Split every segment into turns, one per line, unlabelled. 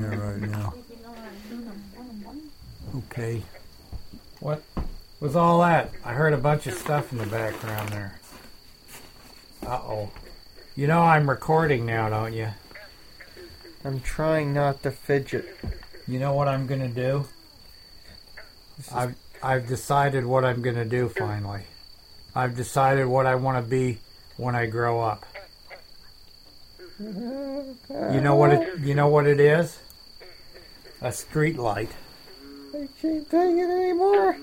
All right now.
Okay. What was all that? I heard a bunch of stuff in the background there. Uh oh. You know I'm recording now, don't you?
I'm trying not to fidget.
You know what I'm gonna do? I've I've decided what I'm gonna do finally. I've decided what I want to be when I grow up. You know what it you know what it is? A street light.
I can't take it anymore.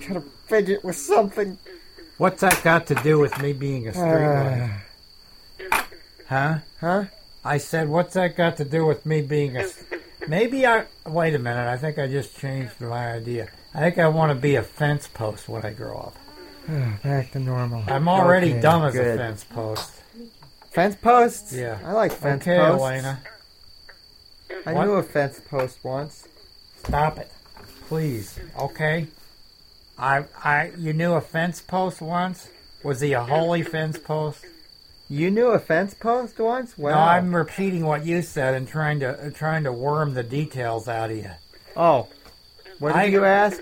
Gotta fidget with something.
What's that got to do with me being a streetlight? huh?
Uh, Huh?
I said, what's that got to do with me being a? s- Maybe I. Wait a minute. I think I just changed my idea. I think I want to be a fence post when I grow up.
Back to normal.
I'm already
Okay,
dumb as a
good.
fence post.
Fence posts?
Yeah.
I like fence
okay,
posts.
Elena,
I
What?
knew a fence post once.
stop it, please. Okay. I I you knew a fence post once. Was he a holy fence post?
You knew a fence post once? Wow.
No, I'm repeating what you said and trying to uh, trying to worm the details out of you.
Oh. What did
I-
you ask?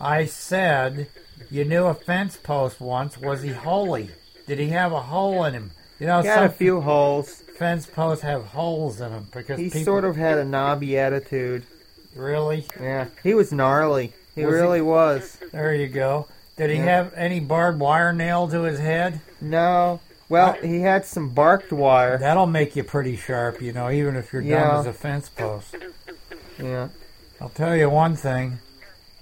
I said, you knew a fence post once. Was he holy? Did he have a hole in him? You know,
Got a
some
few holes.
fence posts have holes in them because
He
people
sort of had a knobby attitude.
really.
Yeah. He was gnarly. He
Was he-
really was.
There you go. Did he
Yeah.
have any barbed wire nailed to his head?
No. Well, he had some barked wire.
That'll make you pretty sharp, you know, even if you're
Yeah.
dumb as a fence post.
Yeah.
I'll tell you one thing.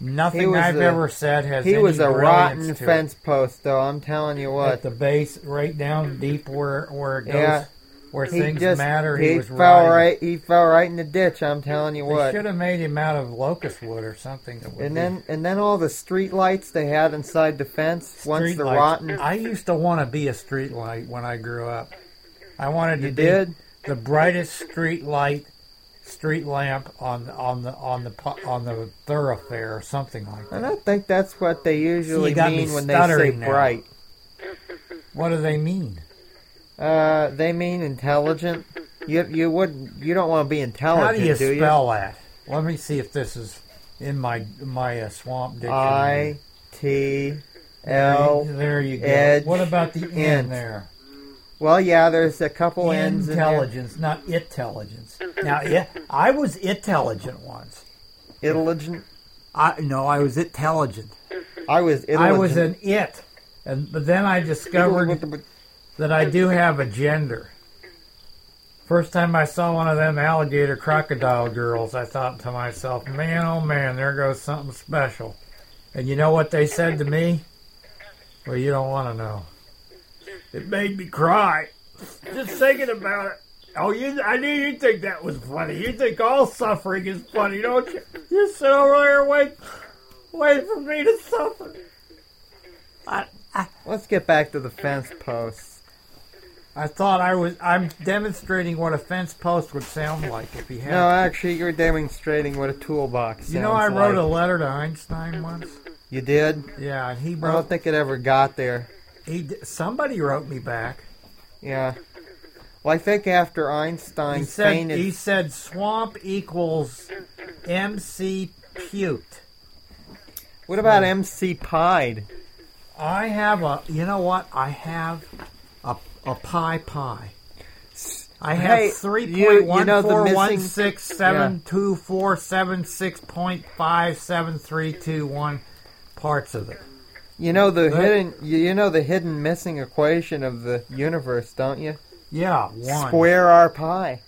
Nothing
was
I've
a-
ever said has
He
any
was a
brilliance
rotten
to it.
fence post, though. I'm telling you
at
what.
the base, right down deep where where it goes,
Yeah.
where
He
things
just
matter.
he,
He, was
fell
rotting.
right. He fell right in the ditch. I'm telling you
They
what.
should have made him out of locust wood or something. That would
And
be-
then and then all the street lights they had inside the fence. once the
Streetlights.
rotten.
I used to want to be a street light when I grew up. I wanted
You
to be
did?
the brightest street light, street lamp on on the on the pu- on the thoroughfare or something like
I
that.
don't think that's what they usually
you got me
mean when they say
stuttering now.
bright.
What do they mean?
Uh, they mean intelligent. You you would you don't want to be intelligent,
How do you
do
spell that? Let me see if this is in my my uh, swamp
you?
dictionary.
I T
There you-
L.
There you go.
edge,
what about the
int.
N there?
Well, yeah, there's a couple ends in there.
Intelligence, not intelligence. Now, yeah, I was intelligent once.
Intelligent.
I no, I was intelligent.
I was. Intelligent.
I was an it, and but then I discovered that I do have a gender. First time I saw one of them alligator crocodile girls, I thought to myself, "Man, oh man, there goes something special." And you know what they said to me? Well, you don't want to know. It made me cry just thinking about it. Oh, you! I knew you'd think that was funny. You think all suffering is funny, don't you? You sit over there and wait, wait for me to suffer. I, I,
Let's get back to the fence posts.
I thought I was. I'm demonstrating what a fence post would sound like if he had.
No, actually, you're demonstrating what a toolbox.
you know, I
sounds
wrote a
like.
letter to Einstein once.
You did.
Yeah, and he
I don't
wrote.
think it ever got there.
He d- somebody wrote me back.
Yeah. Well, I think after Einstein
He said
fainted,
he said swamp equals MC puked.
what about MC Pied?
I have a. You know what? I have a a pie pie. I have
Hey,
three
you-
point
you
one
know the
four
missing-
one six seven two four seven six point five seven three two one parts of it.
You know the
That-
hidden. You you know the hidden missing equation of the universe, don't you?
Yeah, one.
Square our pie.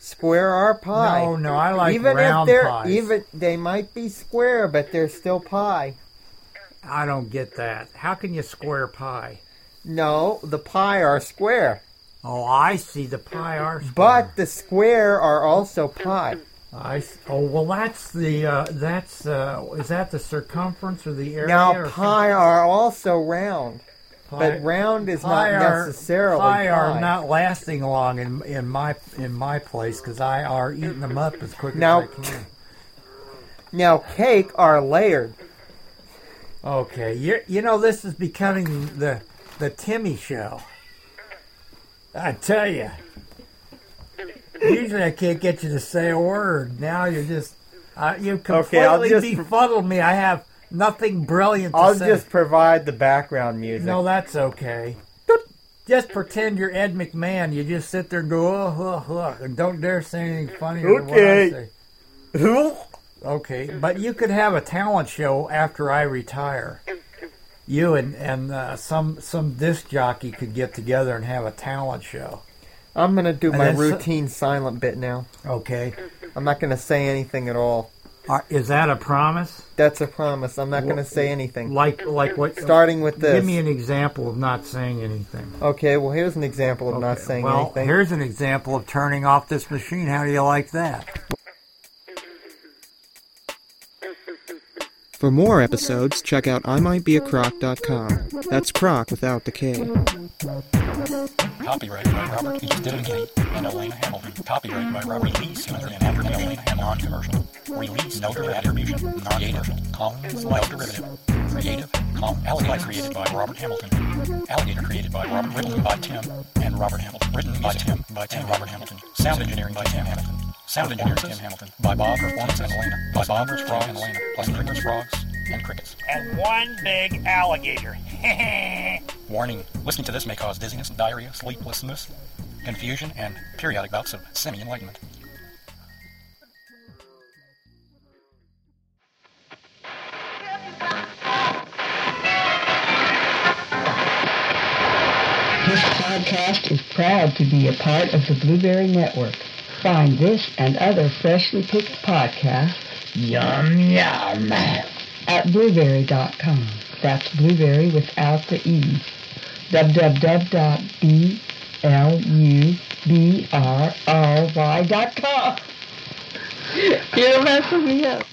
Square our pie.
No, no, I like
even
round
if they're
pies.
even they might be square, but they're still pie.
I don't get that. How can you square pie?
No, the pie are square,
Oh, I see. The pie are square.
but the square are also pie.
I s- oh well, that's the uh, that's uh, is that the circumference or the area?
Now
or some-
pie are also round,
pie-
but round is not
pie are-
necessarily
pie,
pie.
are not lasting long in in my in my place because I are eating them up as quick
Now-
as I can.
Now cake are layered.
Okay, you you know this is becoming the the Timmy show. I tell you. Usually I can't get you to say a word. Now you're just uh, you completely
Okay, I'll just-
befuddled me. I have nothing brilliant to
I'll
say.
just provide the background music.
No, that's okay. Just pretend you're Ed McMahon. You just sit there and go, oh, huh, huh, and don't dare say anything funny. or what I
Okay.
say. Okay, but you could have a talent show after I retire. You and and uh, some some disc jockey could get together and have a talent show.
I'm gonna do
And
my
then so-
routine silent bit now.
Okay,
I'm not gonna say anything at all.
Are, is that a promise?
That's a promise. I'm not gonna say anything.
Like like what?
Starting with this.
Give me an example of not saying anything.
Okay, well, here's an example of not saying
well,
anything.
here's an example of turning off this machine. How do you like that?
For more episodes, check out imightbeacroc.com. That's croc without the K.
Copyright by Robert E. Stivengate and Elaine Hamilton. Copyright by Robert Lee Stivengate and Hamilton. Elaine Hamilton. Non-commercial. Release no derivative attribution. Non-native. Commons. No derivative. Creative. Com. Alligator created by Robert Hamilton. Alligator created by Robert. Written by Tim and Robert Hamilton. Written by Tim. By Tim and Robert Hamilton. Sound engineering by Tim Hamilton. Sound engineer Tim Hamilton. By Bob Performance and Elena. By Bob Frogs and Elena. Plus crickets, frogs, and crickets.
And one big alligator.
Warning, listening to this may cause dizziness, diarrhea, sleeplessness, confusion, and periodic bouts of semi-enlightenment.
This podcast is proud to be a part of the Blueberry Network. Find this and other freshly picked podcasts, yum yum, at blueberry.com. That's blueberry without the E. www.blueberry.com. You're messing me up.